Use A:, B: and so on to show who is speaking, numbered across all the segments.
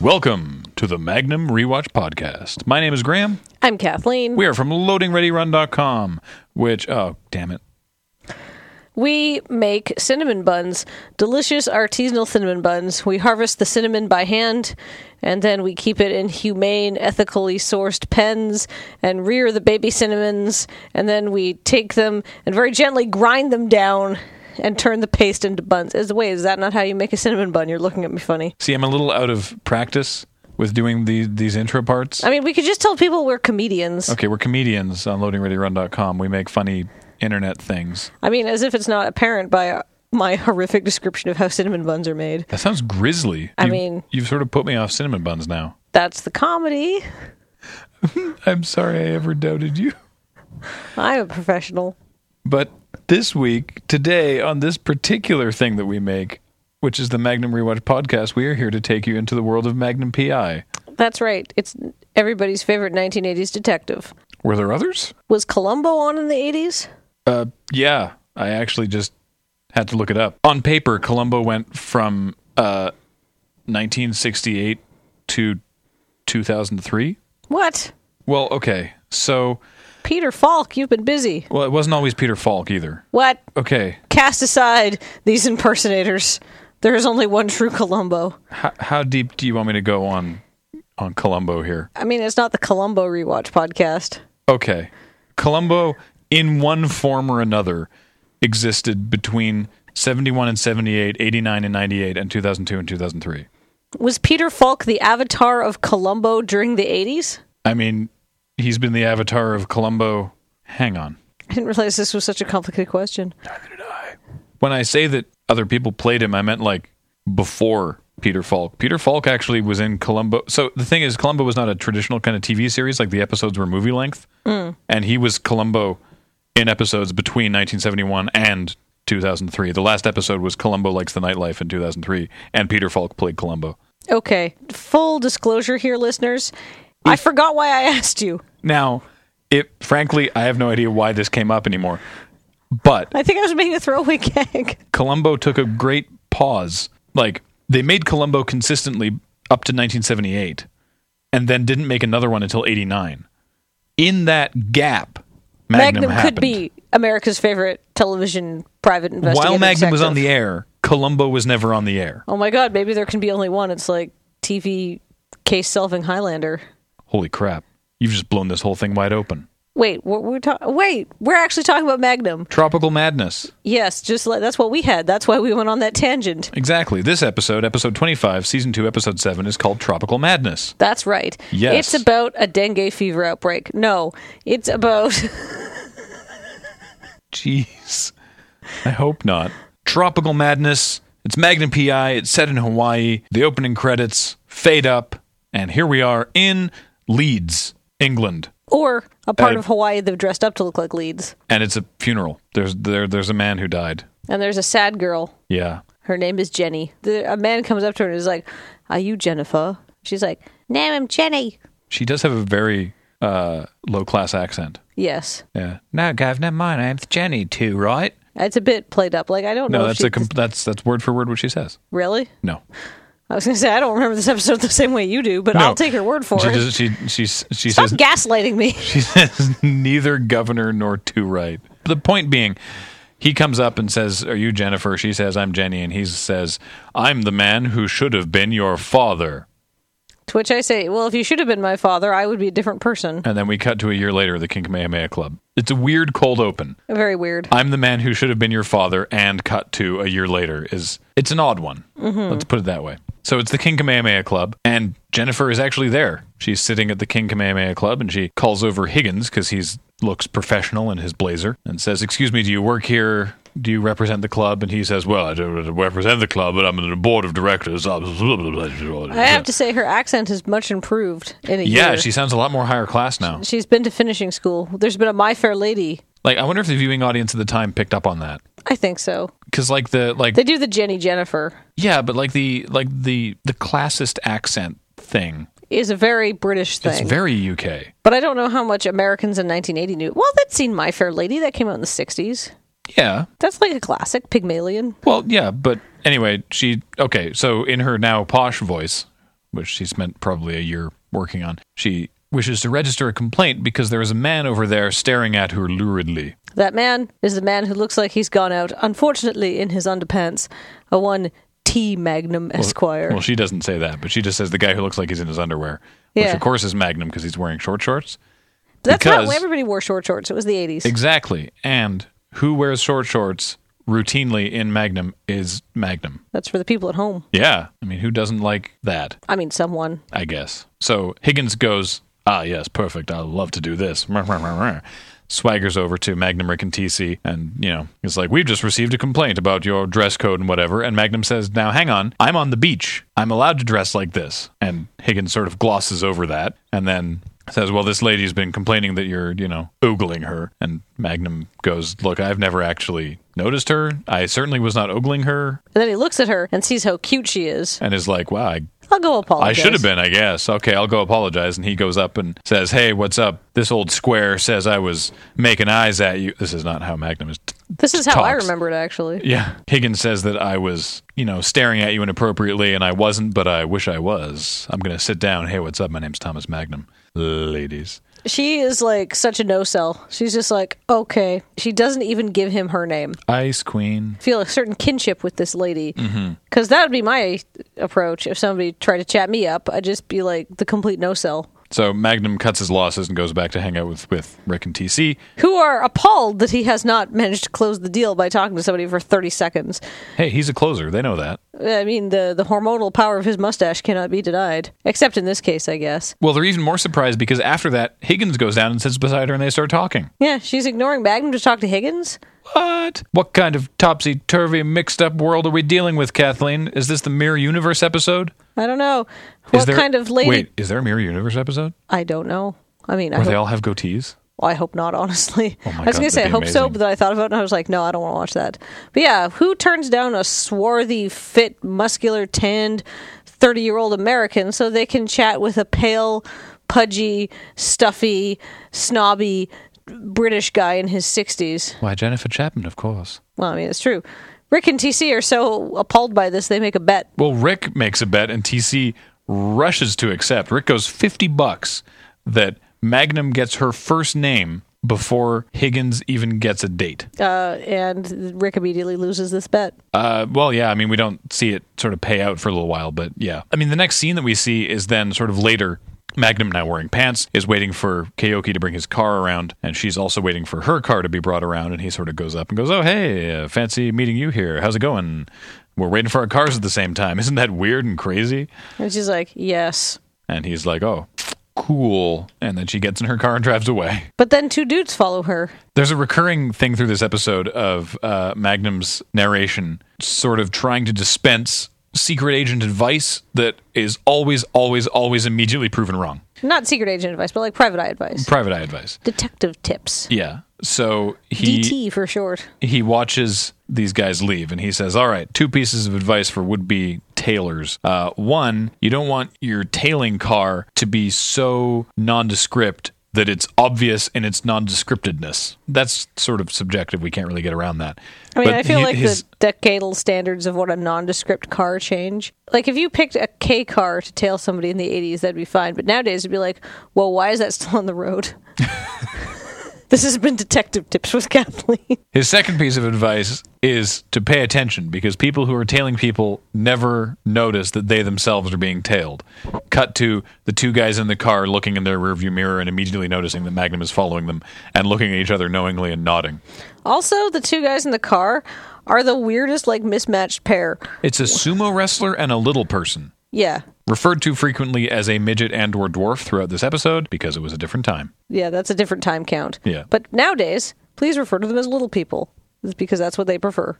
A: Welcome to the Magnum Rewatch Podcast. My name is Graham.
B: I'm Kathleen.
A: We are from loadingreadyrun.com, which, oh, damn it.
B: We make cinnamon buns, delicious artisanal cinnamon buns. We harvest the cinnamon by hand, and then we keep it in humane, ethically sourced pens and rear the baby cinnamons, and then we take them and very gently grind them down and turn the paste into buns. Is wait, is that not how you make a cinnamon bun? You're looking at me funny.
A: See, I'm a little out of practice with doing the, these intro parts.
B: I mean, we could just tell people we're comedians.
A: Okay, we're comedians on loadingreadyrun.com. We make funny internet things.
B: I mean, as if it's not apparent by uh, my horrific description of how cinnamon buns are made.
A: That sounds grisly.
B: I
A: You-
B: mean-
A: you've sort of put me off cinnamon buns now.
B: That's the comedy.
A: I'm sorry I ever doubted you.
B: I'm a professional.
A: But this week, today, on this particular thing that we make, which is the Magnum Rewatch podcast, we are here to take you into the world of Magnum PI.
B: That's right. It's everybody's favorite 1980s detective.
A: Were there others?
B: Was Columbo on in the 80s?
A: Uh, yeah, I actually just had to look it up. On paper, Columbo went from uh, 1968 to 2003.
B: What?
A: Well, okay. So,
B: Peter Falk, you've been busy.
A: well, it wasn't always Peter Falk either.
B: What?
A: Okay.
B: Cast aside these impersonators. There is only one true Columbo.
A: H- how deep do you want me to go on on Columbo here?
B: I mean, it's not the Columbo rewatch podcast.
A: Okay. Columbo, in one form or another, existed between 71 and 78, 89 and 98, and 2002 and 2003.
B: Was Peter Falk the avatar of Columbo during the 80s?
A: I mean, he's been the avatar of Columbo. Hang on.
B: I didn't realize this was such a complicated question.
A: When I say that other people played him, I meant like before Peter Falk. Peter Falk actually was in Columbo. So the thing is, Columbo was not a traditional kind of TV series. Like the episodes were movie length. And he was Columbo in episodes between 1971 and 2003. The last episode was Columbo Likes the Nightlife in 2003. And Peter Falk played Columbo.
B: Okay, full disclosure here, listeners. I forgot why I asked you.
A: Now, it frankly, I have no idea why this came up anymore. But
B: I think I was making a throwaway gag.
A: Columbo took a great pause. Like they made Columbo consistently up to 1978 and then didn't make another one until 89. In that gap, Magnum,
B: Magnum,
A: happened.
B: could be America's favorite television private investigative.
A: While Magnum was on the
B: detective.
A: air, Columbo was never on the air.
B: Oh my god, maybe there can be only one. It's like TV case solving Highlander.
A: Holy crap. You've just blown this whole thing wide open.
B: Wait, what we're talking? Wait, we're actually talking about Magnum.
A: Tropical Madness.
B: Yes, just like that's what we had. That's why we went on that tangent.
A: Exactly. This episode, episode 25, season 2, episode 7, is called Tropical Madness.
B: That's right.
A: Yes.
B: It's about a dengue fever outbreak. No, it's about
A: Jeez. I hope not. Tropical Madness. It's Magnum PI. It's set in Hawaii. The opening credits fade up. And here we are in Leeds, England.
B: or a part
A: Uh,
B: of Hawaii that dressed up to look like leads.
A: And it's a funeral. There's there there's a man who died.
B: And there's a sad girl
A: Yeah.
B: Her name is Jenny. The, a man comes up to her and is like, "Are you Jennifer?" She's like, "No, I'm Jenny."
A: She does have a very uh, low class accent.
B: Yes,
A: Yeah. No, Gav, never mind. I'm Jenny too, right?
B: it's a bit played up. Like I don't
A: No,
B: know.
A: that's
B: if she,
A: a com- that's that's word for word what she says.
B: really.
A: No.
B: I was gonna say I don't remember this episode the same way you do, but
A: No.
B: I'll take her word for
A: She
B: it.
A: does, she she she
B: Stop
A: says
B: gaslighting me.
A: She says neither governor nor two right. The point being, he comes up and says, "Are you Jennifer?" She says, "I'm Jenny," and he says, "I'm the man who should have been your father."
B: to which I say, "Well, if you should have been my father, I would be a different person."
A: And then we cut to a year later, the King Kamehameha Club. It's a weird cold open.
B: Very weird.
A: I'm the man who should have been your father, and cut to a year later is it's an odd one.
B: Mm-hmm.
A: Let's put it that way. So it's the King Kamehameha Club, and Jennifer is actually there. She's sitting at the King Kamehameha Club, and she calls over Higgins because he's looks professional in his blazer, and says, "Excuse me, do you work here? Do you represent the club?" And he says, "Well, I don't represent the club, but I'm on the board of directors."
B: I have to say, her accent is much improved in a
A: yeah,
B: year.
A: she sounds a lot more higher class now.
B: she's been to finishing school. There's been a My Fair Lady.
A: Like, I wonder if the viewing audience at the time picked up on that
B: I think so.
A: because, like, the like
B: They do the Jenny Jennifer
A: Yeah, but like the like the the classist accent thing.
B: is a very British thing.
A: It's very UK.
B: But I don't know how much Americans in 1980 knew. Well, they'd seen My Fair Lady. That came out in the 60s.
A: Yeah.
B: That's like a classic, Pygmalion.
A: Well, yeah, but anyway, she okay, so in her now posh voice, which she spent probably a year working on. She wishes to register a complaint because there is a man over there staring at her luridly.
B: That man is the man who looks like he's gone out, unfortunately, in his underpants. A one T Magnum Esquire.
A: Well, she doesn't say that, but she just says the guy who looks like he's in his underwear, which
B: Yeah.
A: of course is Magnum because he's wearing short shorts.
B: That's not
A: because-
B: when everybody wore short shorts. It was the 80s.
A: Exactly. And who wears short shorts routinely in Magnum is Magnum.
B: That's for the people at home.
A: Yeah. I mean, who doesn't like that?
B: I mean, someone.
A: I guess. So Higgins goes, Ah, yes, perfect. I'd love to do this. Swaggers over to Magnum, Rick, and TC, and, you know, it's like, We've just received a complaint about your dress code and whatever. And Magnum says, Now hang on, I'm on the beach. I'm allowed to dress like this. And Higgins sort of glosses over that and then says, Well, this lady's been complaining that you're, you know, ogling her. And Magnum goes, Look, I've never actually noticed her. I certainly was not ogling her.
B: And then he looks at her and sees how cute she is.
A: And is like, Wow, I
B: I'll go apologize.
A: I should have been, I guess. Okay, I'll go apologize. And he goes up and says, Hey, what's up? This old square says I was making eyes at you. This is not how Magnum is.
B: This is how I
A: Talks.
B: remember it, actually.
A: yeah. Higgins says that I was, you know, staring at you inappropriately, and I wasn't, but I wish I was. I'm going to sit down. Hey, what's up? My name's Thomas Magnum. Ladies.
B: She is like such a no sell. She's just like, okay. She doesn't even give him her name.
A: Ice Queen.
B: feel a certain kinship with this lady because
A: Mm-hmm.
B: that would be my approach if somebody tried to chat me up i'd just be like the complete no sell
A: So Magnum cuts his losses and goes back to hang out with, with Rick and TC.
B: who are appalled that he has not managed to close the deal by talking to somebody for 30 seconds
A: Hey, he's a closer. They know that.
B: i mean the, the hormonal power of his mustache cannot be denied except in this case i guess
A: Well, they're even more surprised because after that, Higgins goes down and sits beside her and they start talking.
B: yeah she's ignoring magnum to talk to higgins
A: What? What kind of topsy turvy, mixed up world are we dealing with, Kathleen? Is this the Mirror Universe episode?
B: i don't know
A: Is
B: what
A: there-
B: kind of lady
A: Wait, is there a Mirror Universe episode
B: i don't know i mean I
A: where they
B: hope,
A: all have goatees?
B: I hope not honestly
A: Oh my
B: i was
A: God,
B: gonna say i
A: that'd
B: hope
A: be
B: so
A: amazing.
B: but then i thought about it and i was like no i don't want to watch that but yeah who turns down a swarthy fit muscular tanned 30 year old american so they can chat with a pale pudgy stuffy snobby british guy in his 60s
A: Why, Jennifer Chapman, of course.
B: well i mean it's true rick and tc are so appalled by this they make a bet
A: Well, Rick makes a bet and TC rushes to accept. Rick goes 50 bucks that Magnum gets her first name before Higgins even gets a date.
B: uh, and rick immediately loses this bet
A: Uh, well, yeah. I mean, we don't see it sort of pay out for a little while, but yeah. I mean, the next scene that we see is then sort of later. Magnum, now wearing pants, is waiting for Kayoki to bring his car around, and she's also waiting for her car to be brought around. And he sort of goes up and goes, "Oh, hey, uh, fancy meeting you here. How's it going? We're waiting for our cars at the same time. Isn't that weird and crazy?"
B: and she's like yes
A: And he's like, "Oh, cool." And then she gets in her car and drives away.
B: but then two dudes follow her
A: There's a recurring thing through this episode of uh, Magnum's narration, sort of trying to dispense secret agent advice that is always, always, always immediately proven wrong.
B: not secret agent advice, but like private eye advice.
A: Private eye advice.
B: Detective tips.
A: Yeah. So he
B: DT for short.
A: he watches these guys leave and he says, All right, two pieces of advice for would be tailors. Uh, one, you don't want your tailing car to be so nondescript that it's obvious in its nondescriptedness. That's sort of subjective. We can't really get around that.
B: I mean,
A: But
B: I feel
A: he-
B: like
A: his-
B: the decadal standards of what a nondescript car change. Like, if you picked a K car to tail somebody in the 80s, that'd be fine. But nowadays, it'd be like, well, why is that still on the road? this has been Detective Tips with Kathleen.
A: His second piece of advice is to pay attention because people who are tailing people never notice that they themselves are being tailed. Cut to the two guys in the car looking in their rearview mirror and immediately noticing that Magnum is following them and looking at each other knowingly and nodding.
B: also, the two guys in the car are the weirdest, like, mismatched pair.
A: It's a sumo wrestler and a little person,
B: Yeah.
A: referred to frequently as a midget and or dwarf throughout this episode because it was a different time.
B: Yeah, that's a different time count.
A: Yeah.
B: But nowadays, please refer to them as little people because that's what they prefer.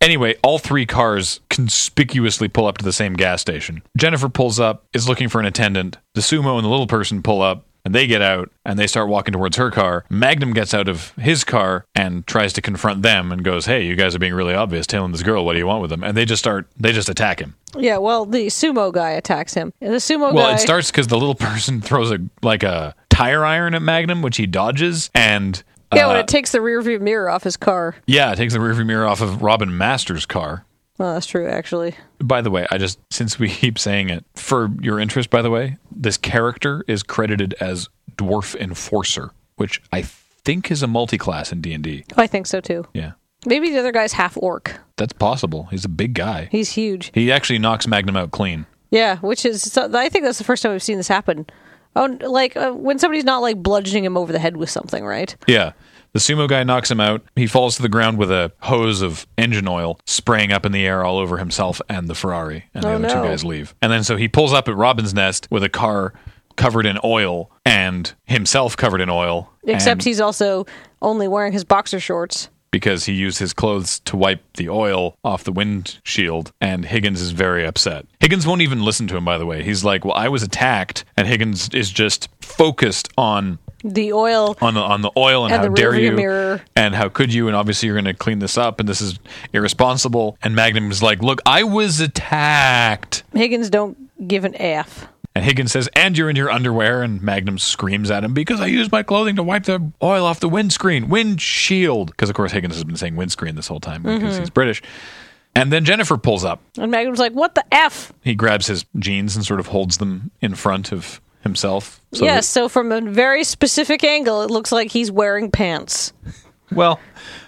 A: Anyway, all three cars conspicuously pull up to the same gas station. Jennifer pulls up, is looking for an attendant. The sumo and the little person pull up, and they get out, and they start walking towards her car. Magnum gets out of his car and tries to confront them and goes, Hey, you guys are being really obvious, tailing this girl. What do you want with them? And they just start, they just attack him.
B: Yeah, well, the sumo guy attacks him. And the sumo
A: Well,
B: guy.
A: it starts because the little person throws a, like a tire iron at Magnum, which he dodges, and.
B: yeah,
A: uh,
B: when it takes the rearview mirror off his car.
A: yeah, it takes the rearview mirror off of Robin Masters' car.
B: Well, Oh, that's true, actually.
A: By the way, I just since we keep saying it for your interest. By the way, this character is credited as Dwarf Enforcer, which I think is a multi-class in D and D.
B: I think so too.
A: Yeah,
B: Maybe the other guy's half orc.
A: that's possible. He's a big guy.
B: He's huge.
A: He actually knocks Magnum out clean.
B: Yeah, which is so- I think that's the first time we've seen this happen. Oh, n- like uh, when somebody's not like bludgeoning him over the head with something, right?
A: Yeah. The sumo guy knocks him out. He falls to the ground with a hose of engine oil spraying up in the air all over himself and the Ferrari. And the
B: Oh,
A: other two
B: no.
A: guys leave. And then so he pulls up at Robin's Nest with a car covered in oil and himself covered in oil.
B: Except
A: And
B: he's also only wearing his boxer shorts.
A: because he used his clothes to wipe the oil off the windshield. And Higgins is very upset. Higgins won't even listen to him, by the way. He's like, Well, I was attacked. And Higgins is just focused on
B: The oil.
A: on the on the oil and,
B: And
A: how
B: the
A: dare
B: rearview
A: you
B: mirror.
A: and how could you and obviously you're going to clean this up and this is irresponsible and Magnum is like look I was attacked
B: Higgins don't give an f.
A: and Higgins says and you're in your underwear and Magnum screams at him because I used my clothing to wipe the oil off the windscreen windshield because of course Higgins has been saying windscreen this whole time
B: Mm-hmm.
A: because he's British and then Jennifer pulls up
B: And Magnum's like, "What the f?"
A: he grabs his jeans and sort of holds them in front of himself so
B: yes. So from a very specific angle, it looks like he's wearing pants.
A: that- well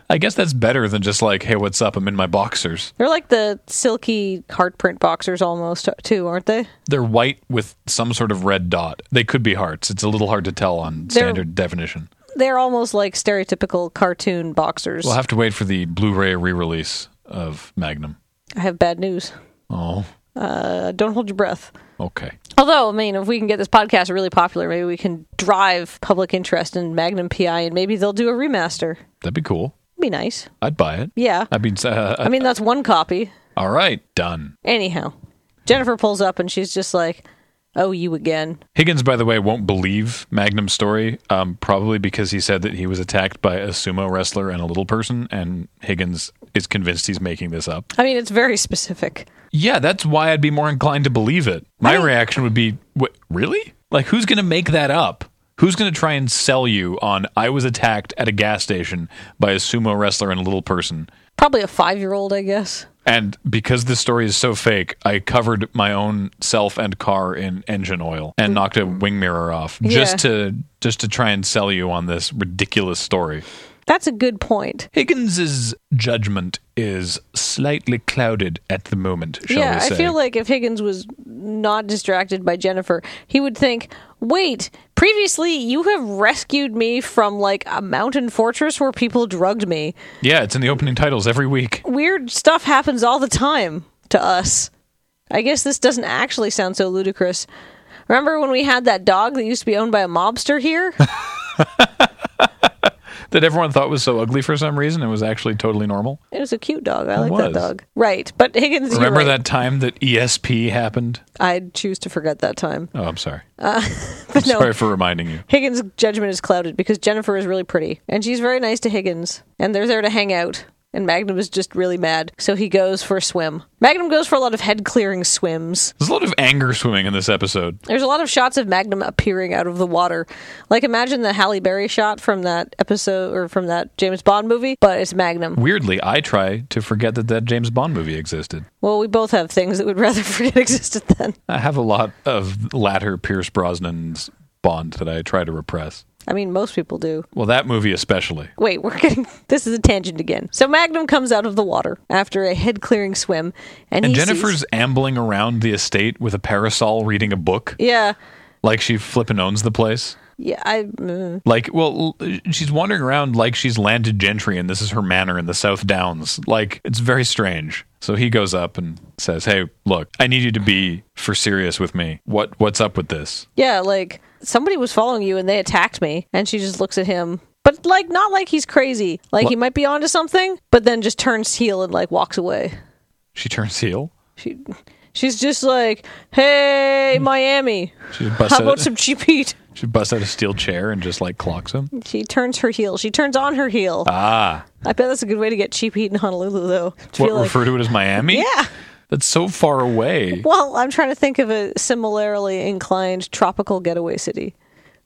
A: I guess that's better than just like hey what's up I'm in my boxers
B: They're like the silky heart print boxers almost too, aren't they?
A: They're white with some sort of red dot. They could be hearts. It's a little hard to tell on
B: They're-
A: standard definition.
B: They're almost like stereotypical cartoon boxers.
A: We'll have to wait for the Blu-ray re-release of Magnum.
B: I have bad news.
A: Oh,
B: Uh, don't hold your breath.
A: okay.
B: Although, I mean, if we can get this podcast really popular, maybe we can drive public interest in Magnum PI, and maybe they'll do a remaster.
A: That'd be cool.
B: Be nice.
A: I'd buy it.
B: Yeah.
A: I mean, uh,
B: I mean, that's one copy.
A: all right, done.
B: Anyhow, Jennifer pulls up and she's just like, "Oh, you again."
A: Higgins, by the way, won't believe Magnum's story, um, probably because he said that he was attacked by a sumo wrestler and a little person, and Higgins is convinced he's making this up.
B: I mean, it's very specific.
A: Yeah, that's why I'd be more inclined to believe it. My reaction would be, what, really? Like, who's going to make that up? Who's going to try and sell you on I was attacked at a gas station by a sumo wrestler and a little person?
B: Probably a five-year-old, I guess.
A: And because this story is so fake, I covered my own self and car in engine oil and knocked a wing mirror off just
B: Yeah.
A: to just to try and sell you on this ridiculous story.
B: That's a good point.
A: Higgins's judgment is slightly clouded at the moment, shall
B: yeah,
A: we say.
B: I feel like if Higgins was not distracted by Jennifer, he would think, "Wait, previously you have rescued me from like a mountain fortress where people drugged me.
A: yeah, it's in the opening titles every week.
B: Weird stuff happens all the time to us. I guess this doesn't actually sound so ludicrous. Remember when we had that dog that used to be owned by a mobster here?
A: that everyone thought was so ugly for some reason and was actually totally normal.
B: it was a cute dog. I like
A: was.
B: that dog. Right, but Higgins, you're
A: Remember
B: right.
A: that time that ESP happened?
B: I'd choose to forget that time.
A: Oh, I'm sorry.
B: Uh, But no,
A: Sorry for reminding you.
B: Higgins' judgment is clouded because Jennifer is really pretty and she's very nice to Higgins, and they're there to hang out. And Magnum is just really mad, so he goes for a swim. Magnum goes for a lot of head clearing swims.
A: There's a lot of anger swimming in this episode.
B: There's a lot of shots of Magnum appearing out of the water. Like imagine the Halle Berry shot from that episode or from that James Bond movie, but it's Magnum.
A: Weirdly, I try to forget that that James Bond movie existed.
B: Well, we both have things that we'd rather forget existed then.
A: I have a lot of latter Pierce Brosnan's Bond that I try to repress.
B: I mean, most people do.
A: Well, that movie especially.
B: Wait, we're getting this is a tangent again. So Magnum comes out of the water after a head clearing swim, and,
A: And
B: he
A: Jennifer's
B: sees-
A: ambling around the estate with a parasol reading a book
B: yeah,
A: like she flippin' owns the place.
B: yeah. I uh,
A: Like, well, l- she's wandering around like she's landed gentry, and this is her manor in the South Downs. Like, it's very strange. So he goes up and says, "Hey, look, I need you to be for serious with me. What what's up with this?"
B: yeah, like somebody was following you and they attacked me, and she just looks at him, but like not like he's crazy, like he might be onto something, but then just turns heel and like walks away.
A: She turns heel.
B: She. She's just like,
A: Hmm.
B: hey, Miami,
A: She busts
B: how about
A: out.
B: some cheap heat?
A: she busts out a steel chair and just like clocks him.
B: She turns her heel. She turns on her heel.
A: Ah,
B: I bet that's a good way to get cheap heat in Honolulu, though. To
A: what
B: feel like-
A: refer to it as Miami?
B: yeah.
A: that's so far away.
B: Well, I'm trying to think of a similarly inclined tropical getaway city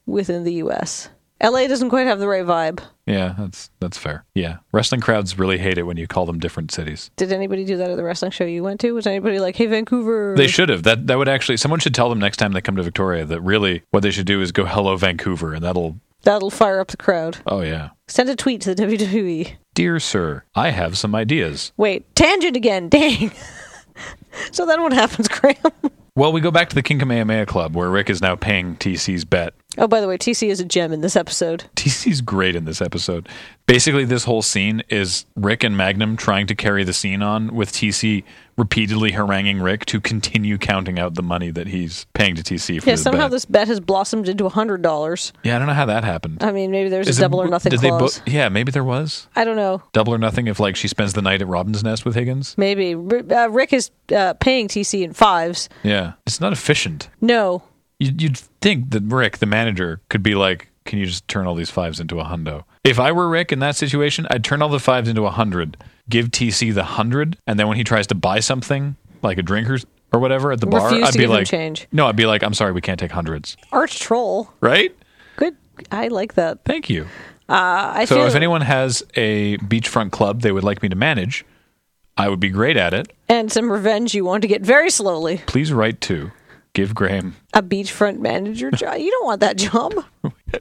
B: within the U.S. L.A. doesn't quite have the right vibe.
A: Yeah, that's that's fair. Yeah, wrestling crowds really hate it when you call them different cities.
B: Did anybody do that at the wrestling show you went to? Was anybody like, "Hey, Vancouver"?
A: They should have. That that would actually someone should tell them next time they come to Victoria that really what they should do is go hello Vancouver and that'll
B: That'll fire up the crowd.
A: oh yeah.
B: Send a tweet to the WWE.
A: Dear sir, I have some ideas.
B: Wait, tangent again. Dang. so then what happens, Graham?
A: Well, we go back to the King Kamehameha Club where Rick is now paying TC's bet.
B: oh, by the way, TC is a gem in this episode.
A: TC's great in this episode. Basically, this whole scene is Rick and Magnum trying to carry the scene on with TC repeatedly haranguing Rick to continue counting out the money that he's paying to TC for
B: Yeah,
A: this
B: somehow
A: bet.
B: this bet has blossomed into a hundred dollars.
A: yeah, I don't know how that happened.
B: I mean, maybe there's
A: Is
B: a
A: it-
B: double or nothing
A: did
B: clause.
A: They bo- yeah, maybe there was.
B: I don't know.
A: Double or nothing if like she spends the night at Robin's Nest with Higgins.
B: Maybe R- uh, Rick is uh, paying TC in fives.
A: Yeah. It's not efficient.
B: No,
A: You- You'd think that Rick, the manager, could be like, can you just turn all these fives into a hundo? If I were Rick in that situation, I'd turn all the fives into a hundred, give TC the hundred, and then when he tries to buy something, like a drink or, or whatever at the bar,
B: Refuse
A: I'd
B: to
A: be
B: give him
A: like,
B: change.
A: no, I'd be like, I'm sorry, we can't take hundreds,
B: arch troll.
A: right?
B: Good. I like that.
A: Thank you.
B: I
A: So
B: feel
A: if anyone has a beachfront club they would like me to manage, I would be great at it.
B: and some revenge you want to get very slowly.
A: Please write to give Graham
B: A beachfront manager job. You don't want that job.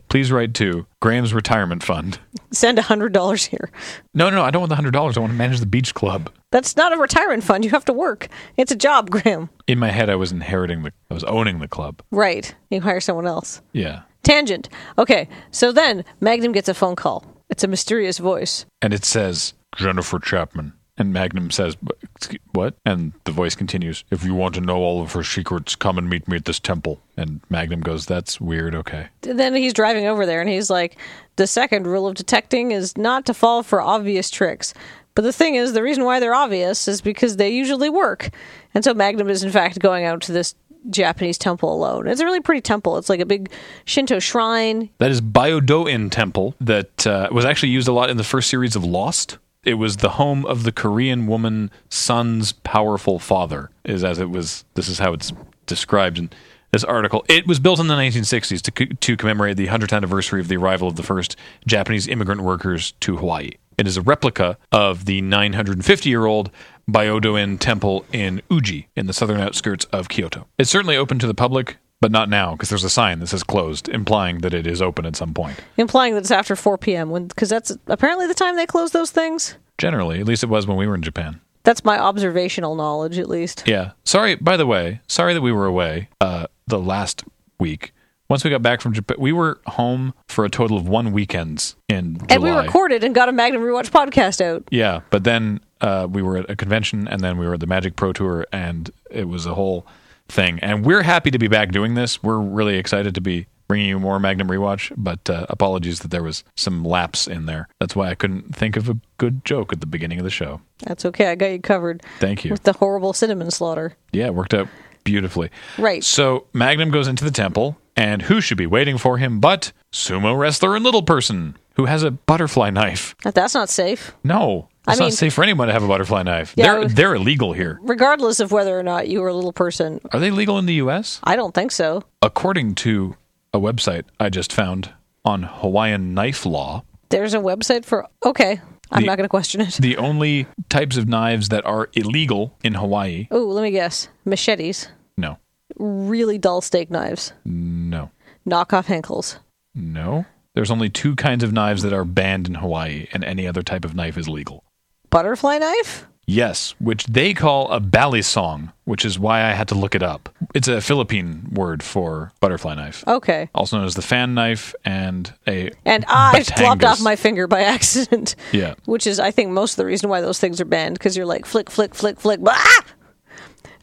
A: Please write to Graham's retirement fund.
B: Send a hundred dollars here.
A: No, no, I don't want the hundred dollars. I want to manage the beach club.
B: That's not a retirement fund. You have to work. It's a job, Graham.
A: In my head, I was inheriting the, I was owning the club.
B: Right. You hire someone else.
A: Yeah,
B: Tangent. Okay. So then Magnum gets a phone call. It's a mysterious voice.
A: and it says Jennifer Chapman, and Magnum says, "But, excuse- "What?" And the voice continues, "If you want to know all of her secrets, come and meet me at this temple." And Magnum goes, "That's weird. Okay."
B: Then he's driving over there and he's like, the second rule of detecting is not to fall for obvious tricks. But the thing is, the reason why they're obvious is because they usually work. And so Magnum is, in fact, going out to this Japanese temple alone. It's a really pretty temple. It's like a big Shinto shrine.
A: That is Biodoin Temple that uh, was actually used a lot in the first series of Lost. It was the home of the Korean woman son's powerful father, is as it was. This is how it's described in this article. It was built in the 1960s to, co- to commemorate the 100th anniversary of the arrival of the first Japanese immigrant workers to Hawaii. It is a replica of the 950 year old Byodoin Temple in Uji, in the southern outskirts of Kyoto. It's certainly open to the public, but not now because there's a sign that says closed, implying that it is open at some point.
B: Implying that it's after 4 p.m. when because that's apparently the time they close those things.
A: Generally, at least it was when we were in Japan.
B: That's my observational knowledge, at least.
A: Yeah. Sorry, by the way, sorry that we were away uh, the last week. Once we got back from Japan, we were home for a total of one weekends in July.
B: And we recorded and got a Magnum Rewatch podcast out.
A: Yeah, but then uh, we were at a convention, and then we were at the Magic Pro Tour, and it was a whole thing. And we're happy to be back doing this. We're really excited to be bringing you more Magnum Rewatch, but uh, apologies that there was some lapse in there. That's why I couldn't think of a good joke at the beginning of the show.
B: That's okay. I got you covered.
A: Thank you.
B: With the horrible cinnamon slaughter.
A: Yeah, it worked out beautifully.
B: Right.
A: So Magnum goes into the temple, and who should be waiting for him but sumo wrestler and little person who has a butterfly knife?
B: That's not safe.
A: No.
B: I
A: It's
B: mean-
A: not safe for anyone to have a butterfly knife.
B: Yeah, I
A: they're
B: was-
A: they're illegal here.
B: regardless of whether or not you were a little person,
A: Are they legal in the US?
B: I don't think so.
A: According to a website I just found on Hawaiian knife law,
B: There's a website for okay. I'm
A: The-
B: not going to question it.
A: the only types of knives that are illegal in Hawaii.
B: Oh, let me guess. Machetes,
A: No.
B: really dull steak knives,
A: No.
B: knockoff Henkels.
A: No. There's only two kinds of knives that are banned in Hawaii and any other type of knife is legal.
B: Butterfly knife?
A: Yes, which they call a balisong, which is why I had to look it up. It's a Philippine word for butterfly knife,
B: Okay.
A: also known as the fan knife and a
B: And I flopped
A: Batangas.
B: off my finger by accident.
A: Yeah.
B: Which is, I think, most of the reason why those things are banned because you're like flick, flick, flick, flick. Blah!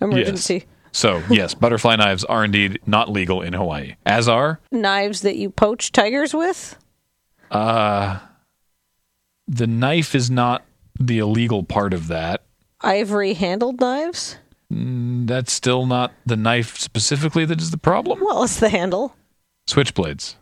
B: Emergency.
A: Yes. So, yes, butterfly knives are indeed not legal in Hawaii, as are
B: Knives that you poach tigers with?
A: the knife is not the illegal part of that.
B: Ivory handled knives?
A: That's still not the knife specifically that is the problem.
B: Well, it's the handle.
A: Switchblades.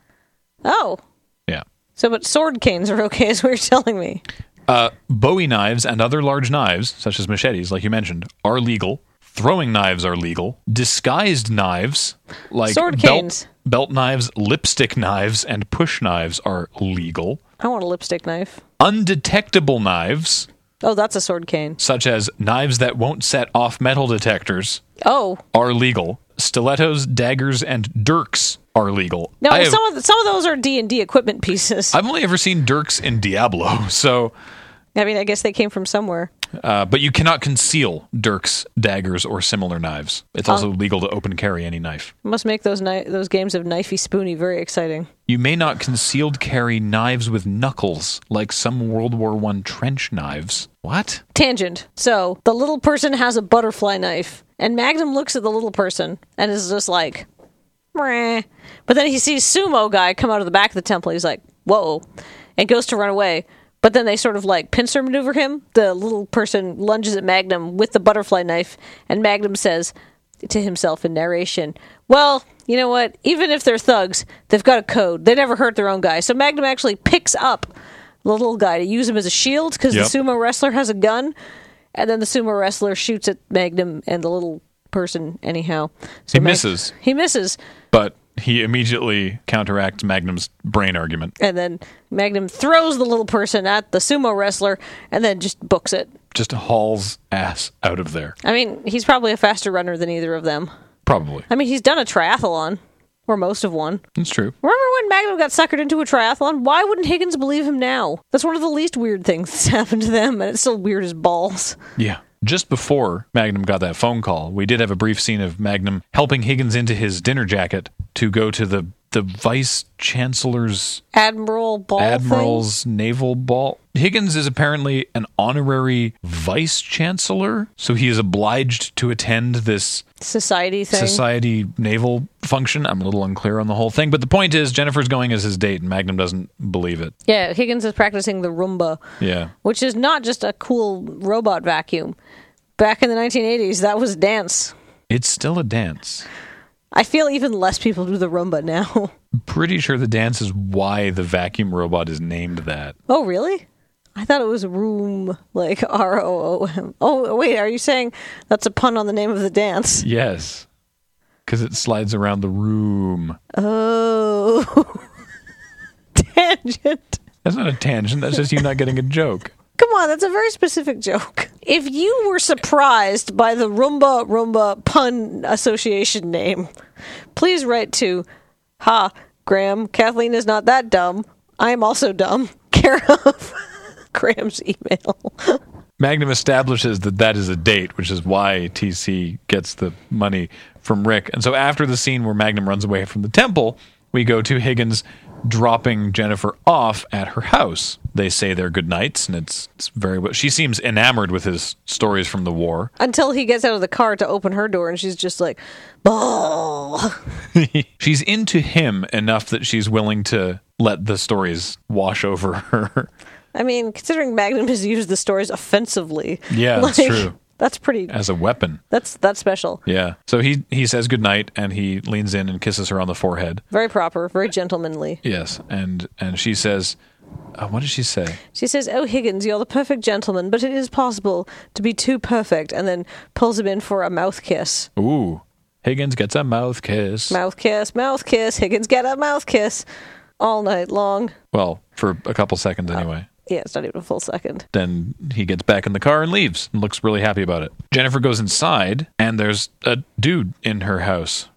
B: Oh.
A: Yeah.
B: So, but sword canes are okay, is what you're telling me.
A: Uh, Bowie knives and other large knives, such as machetes, like you mentioned, are legal. Throwing knives are legal. Disguised knives, like
B: Sword
A: belt,
B: canes.
A: belt knives, lipstick knives, and push knives, are legal.
B: I want a lipstick knife.
A: Undetectable knives,
B: Oh, that's a sword cane.
A: such as knives that won't set off metal detectors,
B: Oh,
A: are legal. Stilettos, daggers, and dirks are legal.
B: no,
A: I have-
B: some of some of those are D and D equipment pieces.
A: I've only ever seen dirks in Diablo, so
B: I mean, I guess they came from somewhere.
A: uh, but you cannot conceal dirks, daggers, or similar knives. It's also legal to open carry any knife.
B: Must make those ni- those games of knifey spoony very exciting.
A: You may not concealed carry knives with knuckles, like some World War One trench knives. What?
B: Tangent. So the little person has a butterfly knife, and Magnum looks at the little person and is just like, Meh. But then he sees sumo guy come out of the back of the temple. He's like, whoa, and goes to run away. But then they sort of like pincer maneuver him. The little person lunges at Magnum with the butterfly knife, and Magnum says to himself in narration, "Well, you know what? Even if they're thugs, they've got a code. They never hurt their own guy." So Magnum actually picks up the little guy to use him as a shield because
A: Yep.
B: the sumo wrestler has a gun, and then the sumo wrestler shoots at Magnum and the little person anyhow. So
A: He misses.
B: He misses.
A: But he immediately counteracts Magnum's brain argument.
B: And then Magnum throws the little person at the sumo wrestler and then just books it.
A: Just hauls ass out of there.
B: I mean, he's probably a faster runner than either of them.
A: Probably.
B: I mean, he's done a triathlon, or most of one.
A: It's true.
B: Remember when Magnum got suckered into a triathlon? Why wouldn't Higgins believe him now? That's one of the least weird things that's happened to them, and it's still weird as balls.
A: Yeah. Just before Magnum got that phone call, we did have a brief scene of Magnum helping Higgins into his dinner jacket to go to the the vice chancellor's
B: Admiral Ball. thing?
A: admiral's naval ball. Higgins is apparently an honorary vice chancellor, so he is obliged to attend this
B: Society thing.
A: society naval function. I'm a little unclear on the whole thing, but the point is Jennifer's going as his date, and Magnum doesn't believe it.
B: yeah, Higgins is practicing the Roomba.
A: Yeah.
B: which is not just a cool robot vacuum. Back in the 1980s, that was dance.
A: It's still a dance.
B: I feel even less people do the rumba now.
A: Pretty sure the dance is why the vacuum robot is named that.
B: oh, really? I thought it was room, like R O O M. Oh, wait, are you saying that's a pun on the name of the dance?
A: Yes. Because it slides around the room.
B: Oh. Tangent.
A: That's not a tangent. That's just you not getting a joke.
B: Come on, that's a very specific joke. If you were surprised by the Roomba Roomba pun association name, please write to Ha, Graham, Kathleen is not that dumb. I am also dumb. Care of Graham's email.
A: Magnum establishes that that is a date, which is why TC gets the money from Rick. And so after the scene where Magnum runs away from the temple, we go to Higgins dropping Jennifer off at her house. They say their goodnights, and it's, it's very well. She seems enamored with his stories from the war.
B: Until he gets out of the car to open her door and she's just like, "Bah."
A: She's into him enough that she's willing to let the stories wash over her.
B: I mean, considering Magnum has used the stories offensively.
A: Yeah, that's true.
B: That's pretty
A: as a weapon.
B: that's that's special.
A: Yeah. So he he says goodnight and he leans in and kisses her on the forehead.
B: Very proper, very gentlemanly.
A: Yes. And and she says, uh, what did she say?
B: She says, Oh, Higgins, you're the perfect gentleman, but it is possible to be too perfect, and then pulls him in for a mouth kiss.
A: Ooh. Higgins gets a mouth kiss.
B: Mouth kiss, mouth kiss, Higgins, get a mouth kiss. All night long.
A: Well, for a couple seconds anyway.
B: Yeah, it's not even a full second.
A: Then he gets back in the car and leaves and looks really happy about it. Jennifer goes inside and there's a dude in her house.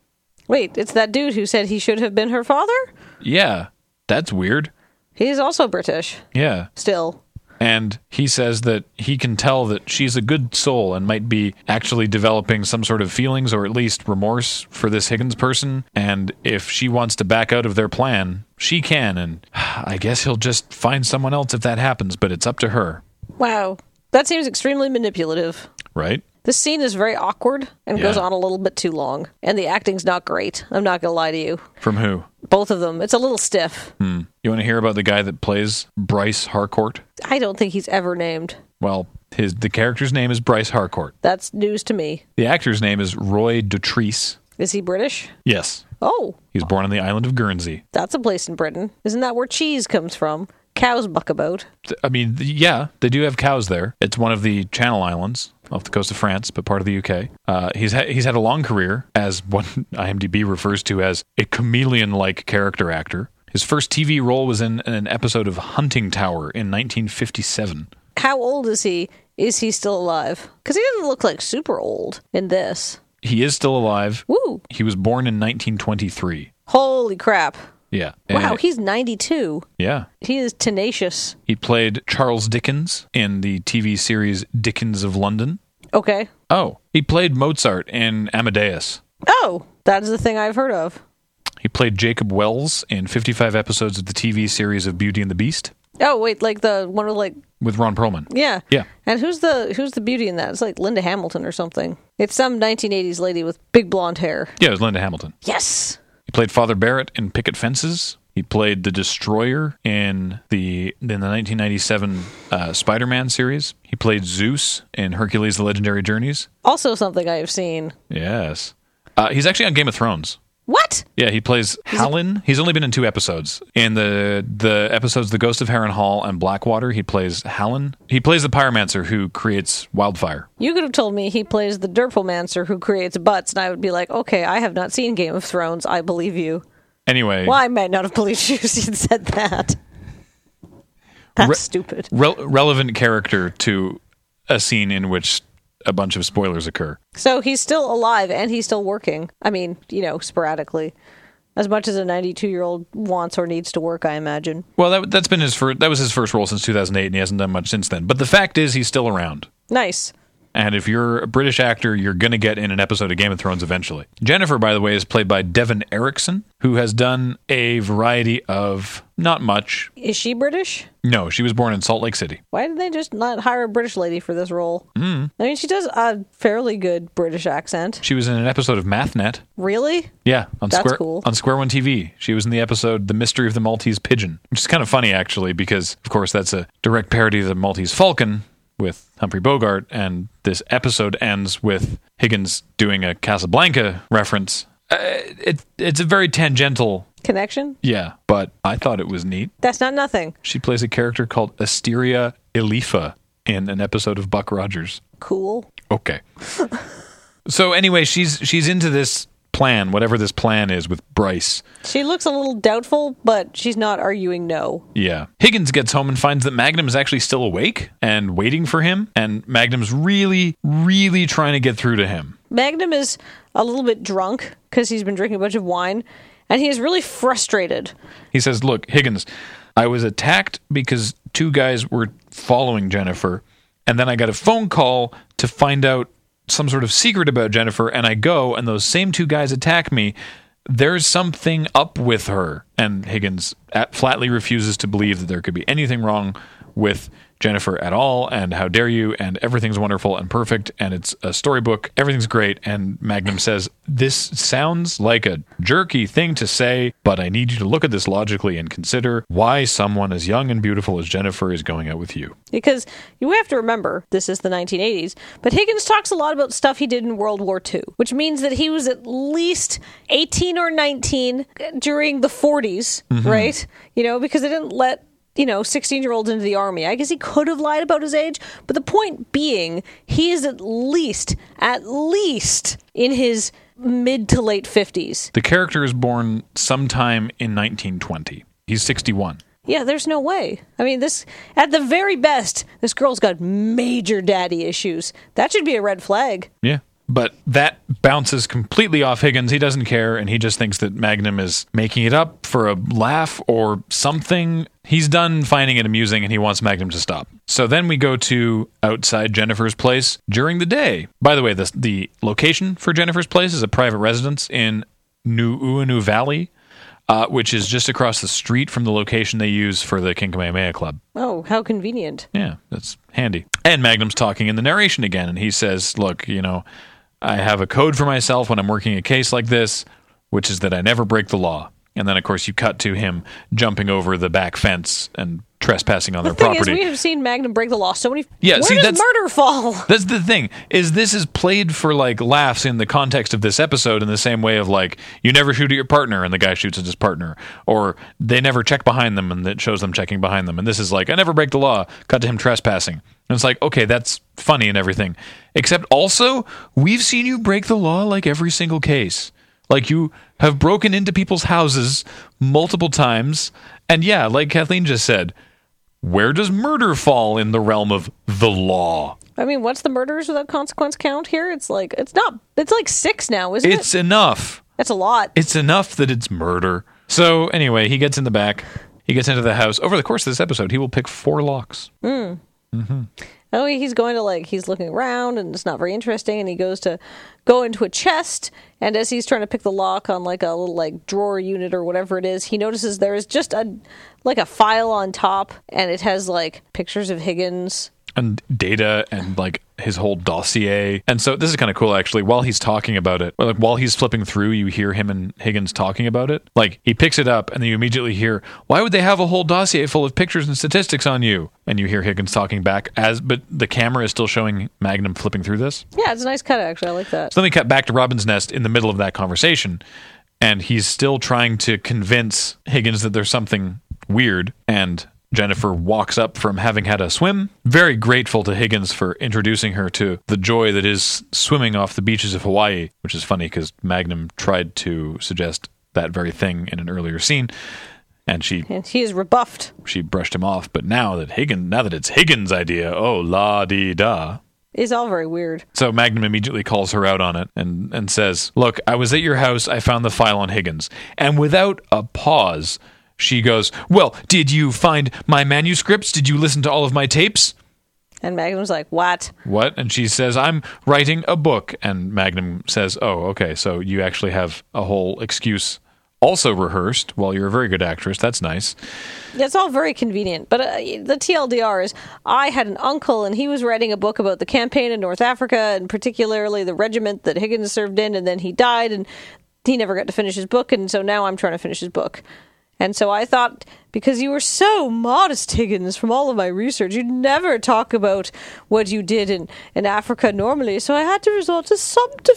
B: Wait, it's that dude who said he should have been her father?
A: Yeah. That's weird.
B: He's also British.
A: Yeah.
B: Still.
A: And he says that he can tell that she's a good soul and might be actually developing some sort of feelings or at least remorse for this Higgins person. And if she wants to back out of their plan, she can. And I guess he'll just find someone else if that happens, but it's up to her,
B: Wow. That seems extremely manipulative.
A: right?
B: This scene is very awkward and
A: Yeah.
B: goes on a little bit too long. And the acting's not great. I'm not going to lie to you.
A: From who?
B: Both of them. It's a little stiff.
A: You want to hear about the guy that plays Bryce Harcourt?
B: I don't think he's ever named.
A: Well, his the character's name is Bryce Harcourt.
B: That's news to me.
A: The actor's name is Roy Dotrice.
B: Is he British?
A: Yes.
B: Oh,
A: He's born on the island of Guernsey.
B: that's a place in Britain. Isn't that where cheese comes from? Cows buck about.
A: I mean, th- yeah, they do have cows there. It's one of the Channel Islands off the coast of France, but part of the UK. Uh, he's ha- he's had a long career as what IMDb refers to as a chameleon-like character actor. His His first TV role was in an episode of Hunting Tower in 1957.
B: How old is he? Is he still alive? Because he doesn't look like super old in this.
A: He is still alive.
B: Woo!
A: He was born in 1923.
B: Holy crap.
A: Yeah.
B: Wow,
A: And-
B: he's 92.
A: yeah.
B: He is tenacious.
A: He played Charles Dickens in the TV series Dickens of London.
B: Okay.
A: Oh, he played Mozart in Amadeus.
B: Oh, that is the thing I've heard of.
A: He played Jacob Wells in 55 episodes of the TV series of Beauty and the Beast
B: Oh, wait, like the one with like
A: with Ron Perlman.
B: yeah.
A: Yeah.
B: And who's the who's the beauty in that? It's like Linda Hamilton or something. It's some 1980s lady with big blonde hair.
A: Yeah, it was Linda Hamilton.
B: Yes.
A: He played Father Barrett in Picket Fences. He played the Destroyer in the in the 1997 uh, Spider-Man series. He played Zeus in Hercules: The Legendary Journeys.
B: Also something I have seen.
A: Yes, uh, he's actually on Game of Thrones.
B: What?
A: Yeah, he plays Hallen. He's only been in two episodes. In the the episodes The Ghost of Heron Hall and Blackwater, he plays Hallen. He plays the pyromancer who creates wildfire.
B: You could have told me he plays the Derpelmancer who creates butts, and I would be like, okay, I have not seen Game of Thrones. I believe you.
A: Anyway,
B: Well, I might not have believed you if you'd said that. That's
A: Re-
B: stupid.
A: rel relevant character to a scene in which a bunch of spoilers occur.
B: So he's still alive and he's still working. I mean, you know, sporadically. As much as a 92 year old wants or needs to work, I imagine.
A: Well, that that's been his first, that was his first role since 2008, and he hasn't done much since then. But the fact is, he's still around.
B: Nice.
A: And if you're a British actor, you're going to get in an episode of Game of Thrones eventually. Jennifer, by the way, is played by Devin Erickson, who has done a variety of not much.
B: Is she British?
A: No, she was born in Salt Lake City.
B: Why did they just not hire a British lady for this role? Mm. I mean, she does a fairly good British accent.
A: She was in an episode of MathNet.
B: Really?
A: Yeah, on
B: That's
A: Square
B: cool.
A: on Square One TV. She was in the episode "The Mystery of the Maltese Pigeon," which is kind of funny actually, because of course that's a direct parody of the Maltese Falcon with Humphrey Bogart, and this episode ends with Higgins doing a Casablanca reference. Uh, it it's a very tangential,
B: Connection?
A: yeah, but I thought it was neat.
B: That's not nothing.
A: She plays a character called Asteria Elifa in an episode of Buck Rogers.
B: Cool.
A: Okay. so anyway, she's she's into this plan, whatever this plan is with Bryce.
B: She looks a little doubtful, but she's not arguing no.
A: Yeah. Higgins gets home and finds that Magnum is actually still awake and waiting for him, and Magnum's really, really trying to get through to him.
B: Magnum is a little bit drunk because he's been drinking a bunch of wine, and he is really frustrated.
A: He says, Look, Higgins, I was attacked because two guys were following Jennifer, and then I got a phone call to find out some sort of secret about Jennifer, and I go, and those same two guys attack me. There's something up with her. And Higgins at- flatly refuses to believe that there could be anything wrong with Jennifer at all, and how dare you, and everything's wonderful and perfect, and it's a storybook, everything's great. And Magnum says, This sounds like a jerky thing to say, but I need you to look at this logically and consider why someone as young and beautiful as Jennifer is going out with you.
B: Because you have to remember, this is the 1980s, but Higgins talks a lot about stuff he did in World War II, which means that he was at least 18 or 19 during the 40s, right? You know, because they didn't let, you know, 16 year olds into the army. I guess he could have lied about his age, but the point being, he is at least, at least in his mid to late 50s.
A: The character is born sometime in 1920. He's 61.
B: Yeah, there's no way. I mean, this at the very best, this girl's got major daddy issues. That should be a red flag.
A: Yeah. But that bounces completely off Higgins. He doesn't care, and he just thinks that Magnum is making it up for a laugh or something. He's done finding it amusing, and he wants Magnum to stop. So then we go to outside Jennifer's place during the day. By the way, the, the location for Jennifer's place is a private residence in New Uinu Valley, uh, which is just across the street from the location they use for the King Kamehameha Club.
B: Oh, how convenient.
A: Yeah, that's handy. And Magnum's talking in the narration again, and he says, Look, you know, I have a code for myself when I'm working a case like this, which is that I never break the law. And then, of course, you cut to him jumping over the back fence and trespassing on
B: The
A: their
B: thing
A: property.
B: is, we have seen Magnum break the law so many.
A: Yeah,
B: where
A: see,
B: does
A: that's-
B: murder fall?
A: That's the thing is this is played for like laughs in the context of this episode in the same way of like you never shoot at your partner and the guy shoots at his partner or they never check behind them and it shows them checking behind them and this is like I never break the law cut to him trespassing and it's like okay that's funny and everything except also we've seen you break the law like every single case Like you have broken into people's houses multiple times, and yeah, like Kathleen just said, where does murder fall in the realm of the law?
B: I mean, what's the murders without consequence count here? It's like it's not. It's like six now, isn't it?
A: It's enough.
B: That's a lot.
A: It's enough that it's murder. So anyway, he gets in the back. He gets into the house. Over the course of this episode, he will pick four locks.
B: Oh, he's going to like he's looking around and it's not very interesting and he goes to go into a chest and as he's trying to pick the lock on like a little like drawer unit or whatever it is, he notices there is just a like a file on top and it has like pictures of Higgins.
A: and data and like his whole dossier. And so this is kind of cool actually. While he's talking about it, like while he's flipping through, you hear him and Higgins talking about it. Like he picks it up and then you immediately hear, "Why would they have a whole dossier full of pictures and statistics on you?" And you hear Higgins talking back as but the camera is still showing Magnum flipping through this.
B: Yeah, it's a nice cut actually. I like that.
A: So then we cut back to Robin's nest in the middle of that conversation, and he's still trying to convince Higgins that there's something weird. And Jennifer walks up from having had a swim, very grateful to Higgins for introducing her to the joy that is swimming off the beaches of Hawaii, which is funny because Magnum tried to suggest that very thing in an earlier scene. And she
B: And he is rebuffed.
A: she brushed him off, but now that Higgins now that it's Higgins' idea, oh la di da,
B: It's all very weird.
A: so Magnum immediately calls her out on it and, and says, Look, I was at your house. I found the file on Higgins. And without a pause, she goes, Well, did you find my manuscripts? Did you listen to all of my tapes?
B: And Magnum's like, What?
A: What? And she says, I'm writing a book. And Magnum says, Oh, okay. So you actually have a whole excuse also rehearsed. Well, you're a very good actress. That's nice.
B: It's all very convenient, but uh, the TLDR is I had an uncle and he was writing a book about the campaign in North Africa and particularly the regiment that Higgins served in, and then he died and he never got to finish his book, and so now I'm trying to finish his book. And so I thought, because you were so modest, Higgins, from all of my research, you'd never talk about what you did in, in Africa normally, so I had to resort to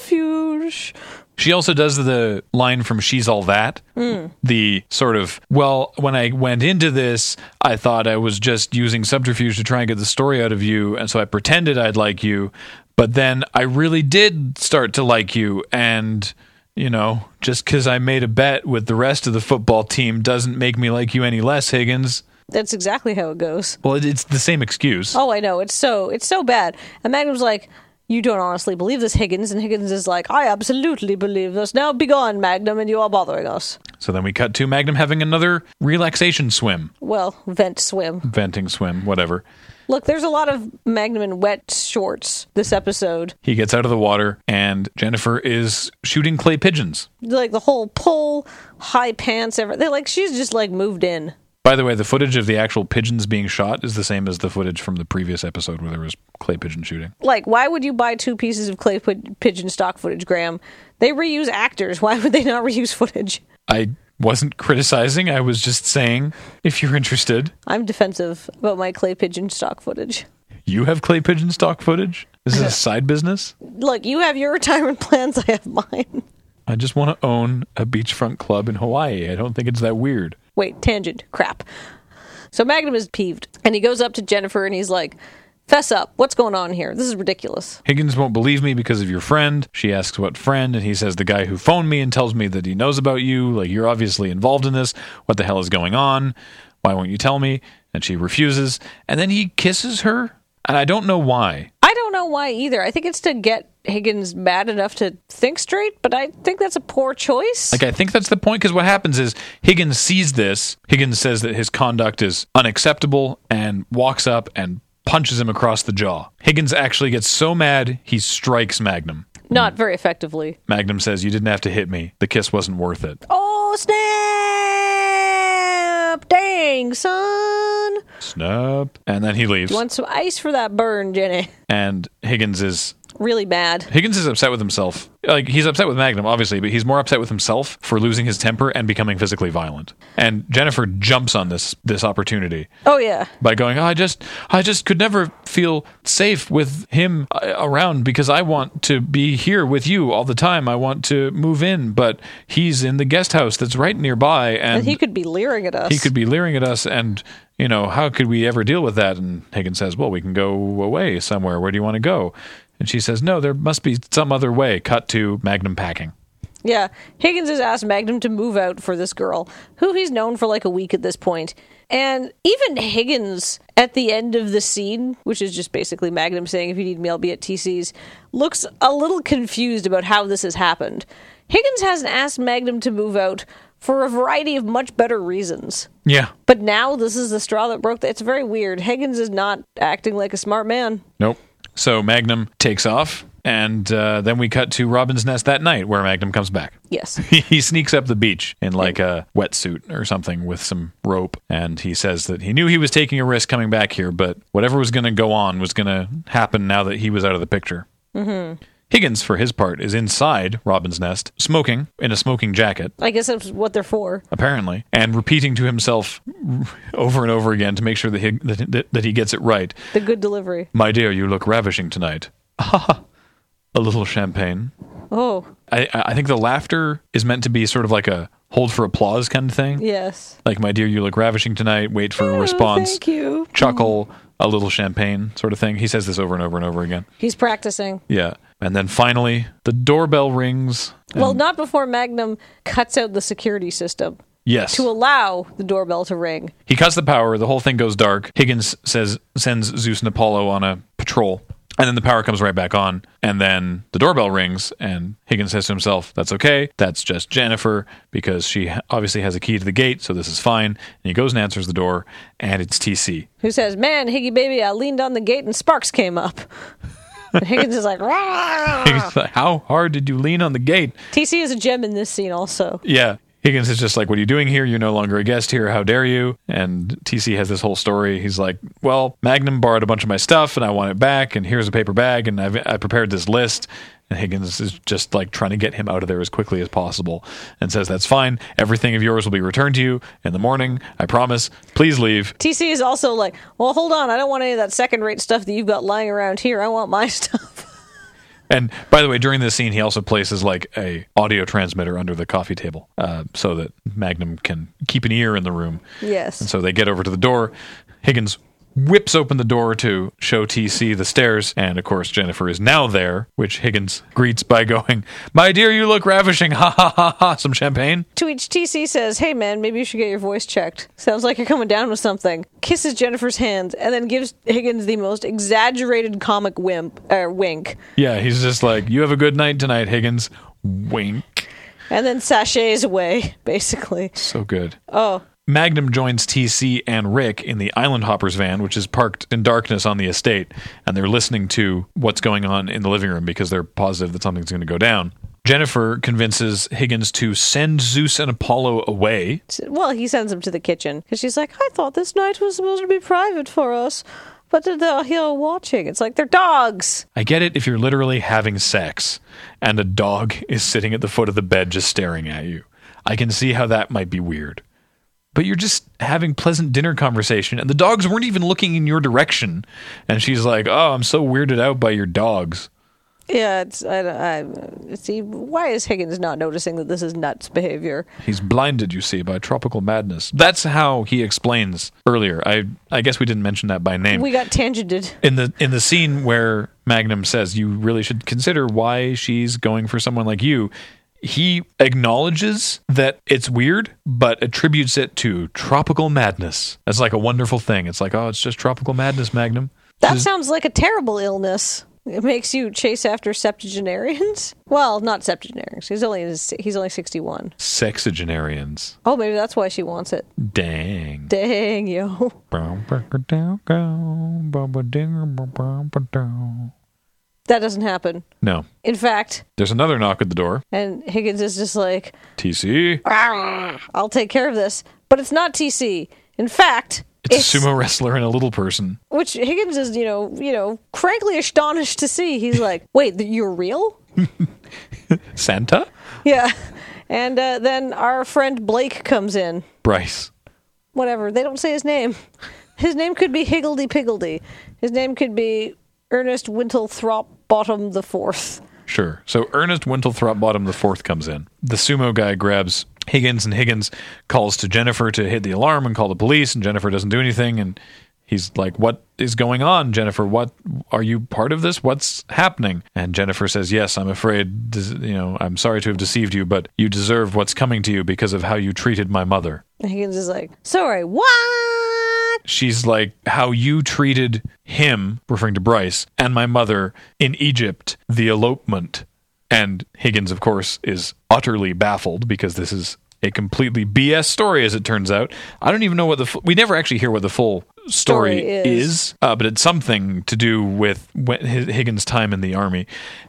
B: subterfuge.
A: She also does the line from She's All That. The sort of, well, when I went into this, I thought I was just using subterfuge to try and get the story out of you. And so I pretended I'd like you. But then I really did start to like you. And, you know, just because I made a bet with the rest of the football team doesn't make me like you any less, Higgins.
B: That's exactly how it goes.
A: Well, it- it's the same excuse.
B: Oh, I know. It's so it's so bad. And Magnum's like, you don't honestly believe this, Higgins. And Higgins is like, I absolutely believe this. Now begone, Magnum, and you are bothering us.
A: So then we cut to Magnum having another relaxation swim,
B: Well, vent swim.
A: venting swim, whatever.
B: Look, there's a lot of Magnum in wet shorts this episode.
A: He gets out of the water, and Jennifer is shooting clay pigeons.
B: Like the whole pull, high pants, everything. Like she's just like moved in.
A: By the way, the footage of the actual pigeons being shot is the same as the footage from the previous episode where there was clay pigeon shooting.
B: Like, why would you buy two pieces of clay pi- pigeon stock footage, Graham? They reuse actors. Why would they not reuse footage?
A: I wasn't criticizing, I was just saying if you're interested,
B: I'm defensive about my clay pigeon stock footage.
A: you have clay pigeon stock footage. This is a side business.
B: Look, you have your retirement plans, I have mine.
A: I just want to own a beachfront club in Hawaii. I don't think it's that weird.
B: Wait, tangent. Crap. So Magnum is peeved, and he goes up to Jennifer and he's like, Fess up. What's going on here? This is ridiculous.
A: Higgins won't believe me because of your friend. She asks what friend, and he says the guy who phoned me and tells me that he knows about you. Like, you're obviously involved in this. What the hell is going on? Why won't you tell me? And she refuses. And then he kisses her, and I don't know why.
B: I don't know why either. I think it's to get Higgins mad enough to think straight, but I think that's a poor choice.
A: Like, I think that's the point because what happens is Higgins sees this. Higgins says that his conduct is unacceptable and walks up and punches him across the jaw. Higgins actually gets so mad, he strikes Magnum.
B: Not very effectively.
A: Magnum says, You didn't have to hit me. The kiss wasn't worth it.
B: Oh, snap! Dang, son!
A: Snap. And then he leaves.
B: Want some ice for that burn, Jenny?
A: And Higgins is
B: Really bad.
A: Higgins is upset with himself. Like he's upset with Magnum, obviously, but he's more upset with himself for losing his temper and becoming physically violent. And Jennifer jumps on this this opportunity
B: Oh, yeah.
A: by going, "I just I just could never feel safe with him uh, around because I want to be here with you all the time. I want to move in, but he's in the guest house that's right nearby
B: And he could be leering at us.
A: he could be leering at us and you know how could we ever deal with that and higgins says well we can go away somewhere where do you want to go and she says no there must be some other way cut to magnum packing
B: Yeah, Higgins has asked Magnum to move out for this girl, who he's known for like a week at this point. And even Higgins, at the end of the scene, which is just basically Magnum saying, if you need me, I'll be at TC's, looks a little confused about how this has happened. Higgins hasn't asked Magnum to move out for a variety of much better reasons.
A: Yeah.
B: But now this is the straw that broke the. It's very weird. Higgins is not acting like a smart man.
A: Nope. So Magnum takes off, and uh, then we cut to Robin's nest that night where Magnum comes back.
B: Yes.
A: he sneaks up the beach in like a wetsuit or something with some rope, and he says that he knew he was taking a risk coming back here, but whatever was going to go on was going to happen now that he was out of the picture. Higgins, for his part, is inside Robin's nest, smoking in a smoking jacket,
B: I guess that's what they're for.
A: apparently, and repeating to himself over and over again to make sure that he, that, that he gets it right.
B: The good delivery.
A: My dear, you look ravishing tonight. a little champagne.
B: Oh,
A: I, I think the laughter is meant to be sort of like a hold for applause kind of thing.
B: yes.
A: Like, my dear, you look ravishing tonight. Wait for a response.
B: Oh, thank you.
A: Chuckle, a little champagne sort of thing. He says this over and over and over again.
B: He's practicing.
A: Yeah. And then finally, the doorbell rings.
B: Well, not before Magnum cuts out the security system
A: Yes.
B: to allow the doorbell to ring.
A: He cuts the power. The whole thing goes dark. Higgins says sends Zeus and Apollo on a patrol, and then the power comes right back on. And then the doorbell rings, and Higgins says to himself, "That's okay. That's just Jennifer because she obviously has a key to the gate, so this is fine." And he goes and answers the door, and it's TC.
B: Who says, "Man, Higgy baby, I leaned on the gate and sparks came up." And Higgins is like, "Rah!"
A: Higgins, like, how hard did you lean on the gate?
B: TC is a gem in this scene, also.
A: Yeah. Higgins is just like, What are you doing here? You're no longer a guest here. How dare you? And TC has this whole story. He's like, Well, Magnum borrowed a bunch of my stuff and I want it back. And here's a paper bag. And I've, I prepared this list. And Higgins is just like trying to get him out of there as quickly as possible and says, That's fine. Everything of yours will be returned to you in the morning. I promise. Please leave.
B: TC is also like, "Well, hold on, I don't want any of that second-rate stuff that you've got lying around here. I want my stuff."
A: And by the way, during this scene, he also places like a audio transmitter under the coffee table uh, so that Magnum can keep an ear in the room.
B: Yes.
A: And so they get over to the door. Higgins whips open the door to show TC the stairs, and of course Jennifer is now there, which Higgins greets by going, "My dear, you look ravishing! Ha ha ha ha! Some champagne."
B: To which TC says, Hey man, maybe you should get your voice checked. Sounds like you're coming down with something. Kisses Jennifer's hand and then gives Higgins the most exaggerated comic wimp, er, wink.
A: Yeah, he's just like, "You have a good night tonight, Higgins." Wink.
B: And then sachets away, basically.
A: So good. Oh. Magnum joins TC and Rick in the Island Hoppers van, which is parked in darkness on the estate, and they're listening to what's going on in the living room because they're positive that something's going to go down. Jennifer convinces Higgins to send Zeus and Apollo away.
B: Well, he sends him to the kitchen because she's like, I thought this night was supposed to be private for us, but they're here watching. It's like they're dogs.
A: I get it if you're literally having sex and a dog is sitting at the foot of the bed just staring at you. I can see how that might be weird. But you're just having pleasant dinner conversation and the dogs weren't even looking in your direction and she's like, "Oh, I'm so weirded out by your dogs."
B: Yeah, it's I, I see. Why is Higgins not noticing that this is nuts behavior?
A: He's blinded, you see, by tropical madness. That's how he explains earlier. I I guess we didn't mention that by name.
B: We got tangented.
A: in the in the scene where Magnum says you really should consider why she's going for someone like you, he acknowledges that it's weird, but attributes it to tropical madness. That's like a wonderful thing. It's like, oh, it's just tropical madness, Magnum.
B: That sounds like a terrible illness. It makes you chase after septuagenarians. Well, not septuagenarians. He's only in his, he's only sixty one.
A: Sexagenarians.
B: Oh, maybe that's why she wants it.
A: Dang.
B: Dang yo. That doesn't happen.
A: No.
B: In fact,
A: There's another knock at the door.
B: and Higgins is just like,
A: TC.
B: "Argh, I'll take care of this. But it's not TC. In fact,
A: It's a sumo wrestler and a little person.
B: which Higgins is, you know, you know, frankly astonished to see. He's like, wait, th- you're real?
A: Santa?
B: Yeah. And uh, then our friend Blake comes in.
A: Bryce.
B: whatever. They don't say his name. His name could be Higgledy Piggledy. His name could be Ernest Wintlethrop Bottom the Fourth.
A: Sure. So Ernest Wintlethrop Bottom the fourth comes in. The sumo guy grabs Higgins, and Higgins calls to Jennifer to hit the alarm and call the police, and Jennifer doesn't do anything, and he's like, What is going on, Jennifer? What are you part of this? What's happening? And Jennifer says, Yes, I'm afraid, you know, I'm sorry to have deceived you, but you deserve what's coming to you because of how you treated my mother.
B: And Higgins is like, sorry, what?
A: She's like, How you treated him, referring to Bryce, and my mother in Egypt, the elopement. And Higgins, of course, is utterly baffled because this is a completely BS story, as it turns out. I don't even know what the fu- we never actually hear what the full story,
B: Story
A: is,
B: is.
A: uh, but it's something to do with when, Hi- Higgins' time in the army.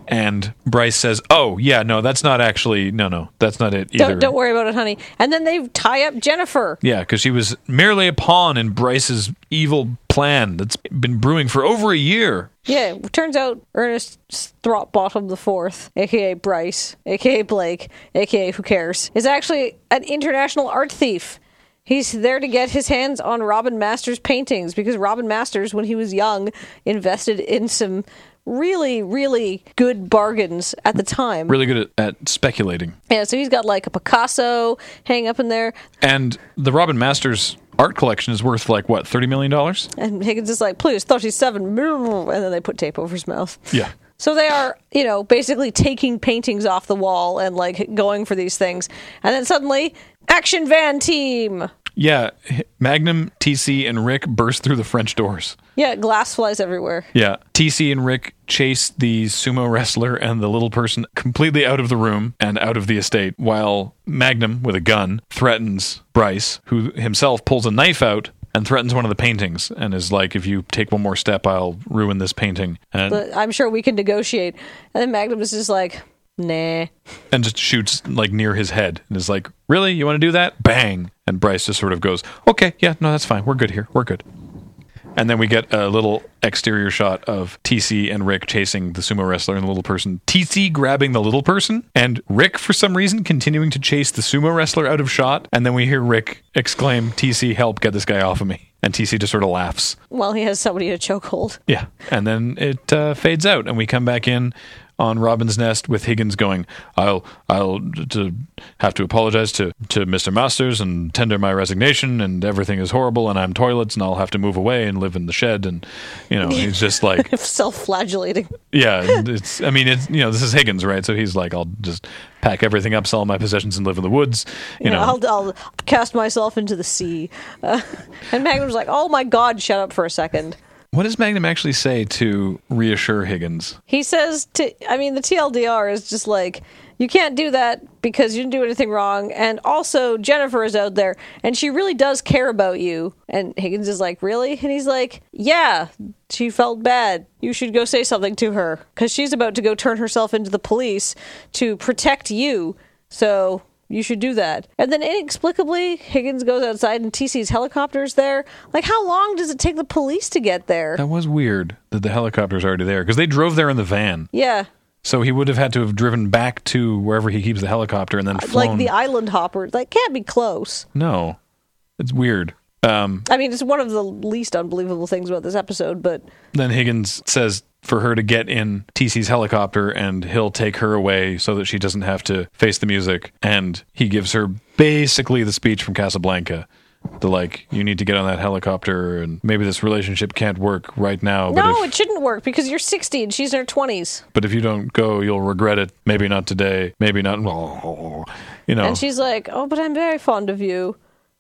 A: And Bryce says, "Oh yeah, no, that's not actually no, no, that's not it either."
B: Don't, don't worry about it, honey. And then they tie up Jennifer.
A: Yeah, because she was merely a pawn in Bryce's evil plan that's been brewing for over a year.
B: Yeah, turns out Ernest Throckbottom the Fourth, aka Bryce, aka Blake, aka who cares, is actually an international art thief. He's there to get his hands on Robin Masters' paintings because Robin Masters, when he was young, invested in some really, really good bargains at the time.
A: Really good at, at speculating.
B: Yeah, so he's got like a Picasso hang up in there,
A: And the Robin Masters art collection is worth like what thirty million dollars?
B: and Higgins is like, "Please, thirty-seven, and then they put tape over his mouth.
A: Yeah.
B: So they are, you know, basically taking paintings off the wall and like going for these things. And then suddenly, action van team.
A: Yeah, H- Magnum, TC, and Rick burst through the French doors.
B: Yeah, glass flies everywhere.
A: Yeah, TC and Rick chase the sumo wrestler and the little person completely out of the room and out of the estate, while Magnum, with a gun, threatens Bryce, who himself pulls a knife out and threatens one of the paintings and is like, if you take one more step, I'll ruin this painting. And,
B: But Uh, I'm sure we can negotiate. And then Magnum is just like, nah.
A: and just shoots like near his head and is like, really? You want to do that? Bang. And Bryce just sort of goes, okay, yeah, no, that's fine. We're good here. We're good. And then we get a little exterior shot of TC and Rick chasing the sumo wrestler and the little person. TC grabbing the little person, and Rick, for some reason, continuing to chase the sumo wrestler out of shot. And then we hear Rick exclaim, TC, help, get this guy off of me. And TC just sort of laughs.
B: Well, he has somebody to choke hold.
A: Yeah. And then it uh, fades out, and we come back in on Robin's Nest with Higgins going, I'll I'll d- to have to apologize to, to Mr. Masters and tender my resignation, and everything is horrible, and I'm toilets, and I'll have to move away and live in the shed. And, you know, he's just like,
B: Self flagellating.
A: yeah, it's, I mean, it's, you know, this is Higgins, right? So he's like, I'll just pack everything up, sell my possessions, and live in the woods. You know,
B: I'll, I'll cast myself into the sea. Uh, and Magnum's like, oh my God, shut up for a second.
A: what does Magnum actually say to reassure Higgins?
B: He says to I mean the TLDR is just like you can't do that because you didn't do anything wrong and also Jennifer is out there and she really does care about you and Higgins is like really and he's like yeah she felt bad you should go say something to her cuz she's about to go turn herself into the police to protect you so you should do that. And then inexplicably, Higgins goes outside and TC's helicopter's there. Like, how long does it take the police to get there?
A: That was weird that the helicopter's already there because they drove there in the van.
B: Yeah.
A: So he would have had to have driven back to wherever he keeps the helicopter and then flown.
B: like the island hopper that can't be close
A: no, it's weird. Um,
B: i mean it's one of the least unbelievable things about this episode but
A: then Higgins says for her to get in TC's helicopter and he'll take her away so that she doesn't have to face the music. And he gives her basically the speech from Casablanca. The like, you need to get on that helicopter, and maybe this relationship can't work right now. But
B: no
A: if,
B: it shouldn't work because you're 60 and she's in her 20s
A: but if you don't go, you'll regret it. Maybe not today. Maybe not. You know.
B: and she's like oh but i'm very fond of you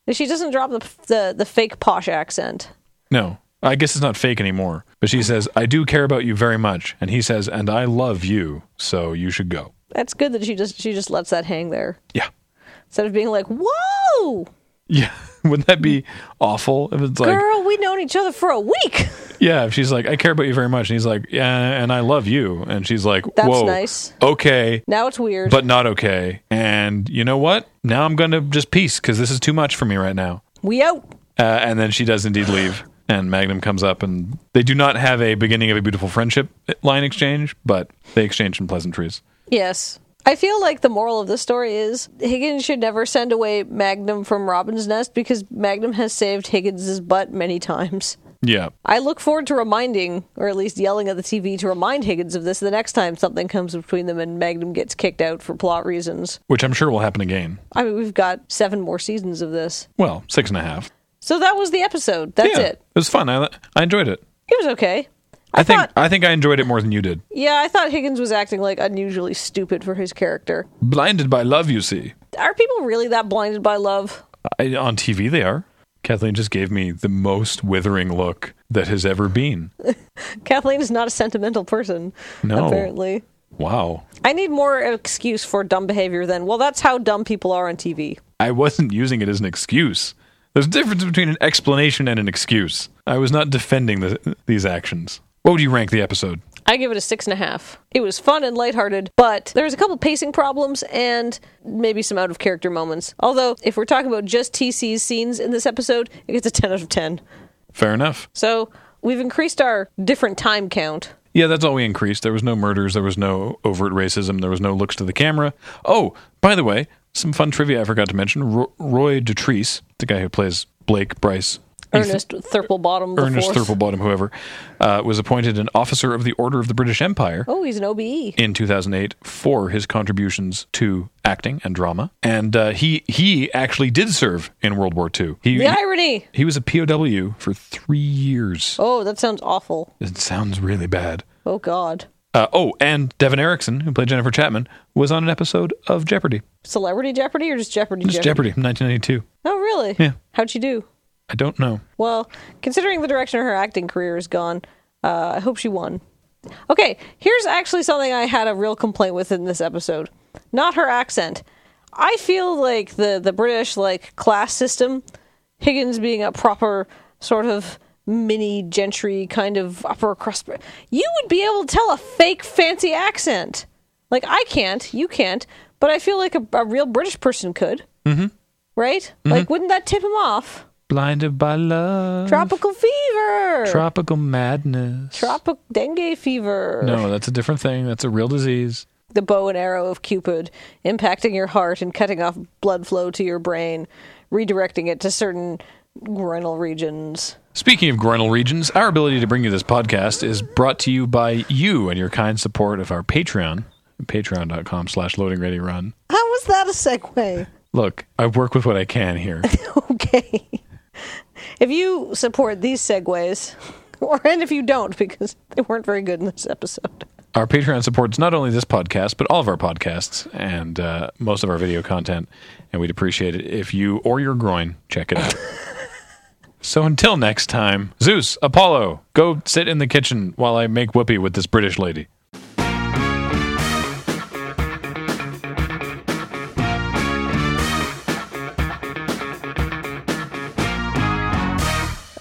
B: and she doesn't drop the, the the fake posh accent
A: No, I guess it's not fake anymore. But she says, I do care about you very much. And he says, and I love you, so you should go.
B: that's good that she just she just lets that hang there
A: Yeah.
B: instead of being like whoa
A: Yeah. Wouldn't that be awful if it's like,
B: girl we known each other for a week
A: yeah, if she's like, I care about you very much. And he's like, yeah, and I love you. And she's like,
B: That's
A: whoa.
B: nice.
A: Okay,
B: now it's weird
A: but not okay. And you know what? Now I'm going to just peace because this is too much for me right now.
B: we out
A: Uh, and then she does indeed leave. And Magnum comes up, and they do not have a beginning of a beautiful friendship line exchange, but they exchange some pleasantries.
B: Yes. I feel like the moral of this story is Higgins should never send away Magnum from Robin's Nest because Magnum has saved Higgins' butt many times.
A: Yeah.
B: I look forward to reminding, or at least yelling at the TV to remind Higgins of this the next time something comes between them and Magnum gets kicked out for plot reasons.
A: which I'm sure will happen again.
B: I mean, we've got seven more seasons of this.
A: Well, six and a half.
B: So that was the episode. That's
A: yeah,
B: it.
A: was fun. I I enjoyed it.
B: It was okay.
A: I, think
B: thought-
A: I think I enjoyed it more than you did.
B: Yeah, I thought Higgins was acting like unusually stupid for his character.
A: Blinded by love, you see.
B: Are people really that blinded by love?
A: I, on TV, they are. Kathleen just gave me the most withering look that has ever been.
B: Kathleen is not a sentimental person,
A: No.
B: apparently.
A: Wow.
B: I need more excuse for dumb behavior than, well, that's how dumb people are on TV.
A: I wasn't using it as an excuse. There's a difference between an explanation and an excuse. I was not defending the, these actions. What would you rank the episode?
B: I give it a six and a half. It was fun and lighthearted, but there was a couple pacing problems and maybe some out of character moments. Although, if we're talking about just TC's scenes in this episode, it gets a 10 out of 10.
A: Fair enough.
B: So we've increased our different time count.
A: Yeah, that's all we increased. There was no murders, there was no overt racism, there was no looks to the camera. Oh, by the way, some fun trivia I forgot to mention. Ro- Roy Dutrice, the guy who plays Blake Bryce, Ethan-
B: Ernest Thirplebottom the
A: Ernest
B: fourth.
A: Thirplebottom, whoever, uh, was appointed an officer of the Order of the British Empire
B: Oh, he's an OBE.
A: in 2008 for his contributions to acting and drama. And uh, he he actually did serve in World War II. He,
B: The irony.
A: he was a POW for three years.
B: Oh, that sounds awful.
A: It sounds really bad.
B: Oh God.
A: Uh, oh, and Devin Erickson, who played Jennifer Chapman, was on an episode of Jeopardy.
B: Celebrity Jeopardy or just Jeopardy?
A: Just Jeopardy, 1992.
B: Oh, really?
A: Yeah.
B: How'd you do?
A: I don't know.
B: Well, considering the direction her acting career has gone, uh, I hope she won. Okay, here's actually something I had a real complaint with in this episode. Not her accent. I feel like the the British like class system, Higgins being a proper sort of mini gentry kind of upper crust. You would be able to tell a fake fancy accent. Like I can't, you can't, but I feel like a, a real British person could. Mm-hmm. Right? Like, wouldn't that tip him off?
A: Blinded by love.
B: Tropical fever.
A: tropical madness.
B: Tropic dengue fever.
A: no, that's a different thing. That's a real disease.
B: The bow and arrow of Cupid impacting your heart and cutting off blood flow to your brain, redirecting it to certain groinal regions.
A: Speaking of groinal regions, our ability to bring you this podcast is brought to you by you and your kind support of our Patreon, patreon.com slash loading ready run.
B: How was that a segue?
A: Look, I work with what I can here.
B: okay. If you support these segues, or and if you don't, because they weren't very good in this episode.
A: our Patreon supports not only this podcast, but all of our podcasts and uh, most of our video content. And we'd appreciate it if you or your groin check it out. so until next time, Zeus, Apollo, go sit in the kitchen while I make whoopee with this British lady.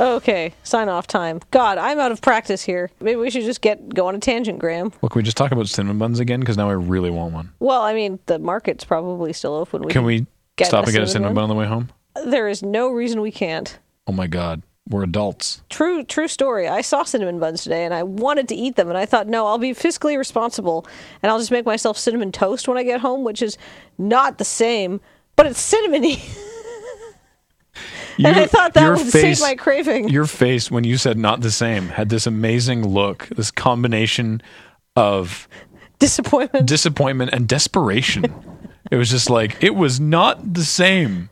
B: Okay, sign off time. God, I'm out of practice here. Maybe we should just get go on a tangent, Graham.
A: Well, can we just talk about cinnamon buns again? Because now I really want one.
B: Well, I mean, the market's probably still open.
A: Can we
B: Get
A: stop
B: a
A: and get a cinnamon
B: cinnamon
A: bun on the way home?
B: There is no reason we can't.
A: Oh my God, we're adults.
B: True, true story. I saw cinnamon buns today, and I wanted to eat them, and I thought, no, I'll be fiscally responsible, and I'll just make myself cinnamon toast when I get home, which is not the same, but it's cinnamony. and I thought that
A: your
B: would save my craving.
A: Your face when you said not the same had this amazing look, this combination of
B: Disappointment.
A: disappointment and desperation. it was just like it was not the same.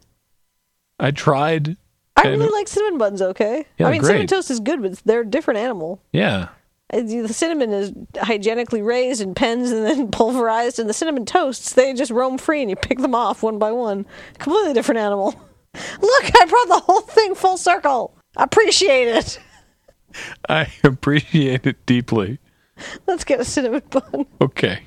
A: I tried.
B: I really like cinnamon buns. Okay,
A: Yeah,
B: I mean, cinnamon
A: great.
B: toast is good, but they're a different animal.
A: Yeah.
B: Uh, The cinnamon is hygienically raised in pens and then pulverized, and the cinnamon toasts, they just roam free and you pick them off one by one. Completely different animal. Look, I brought the whole thing full circle. Appreciate it.
A: I appreciate it deeply.
B: Let's get a cinnamon bun.
A: Okay.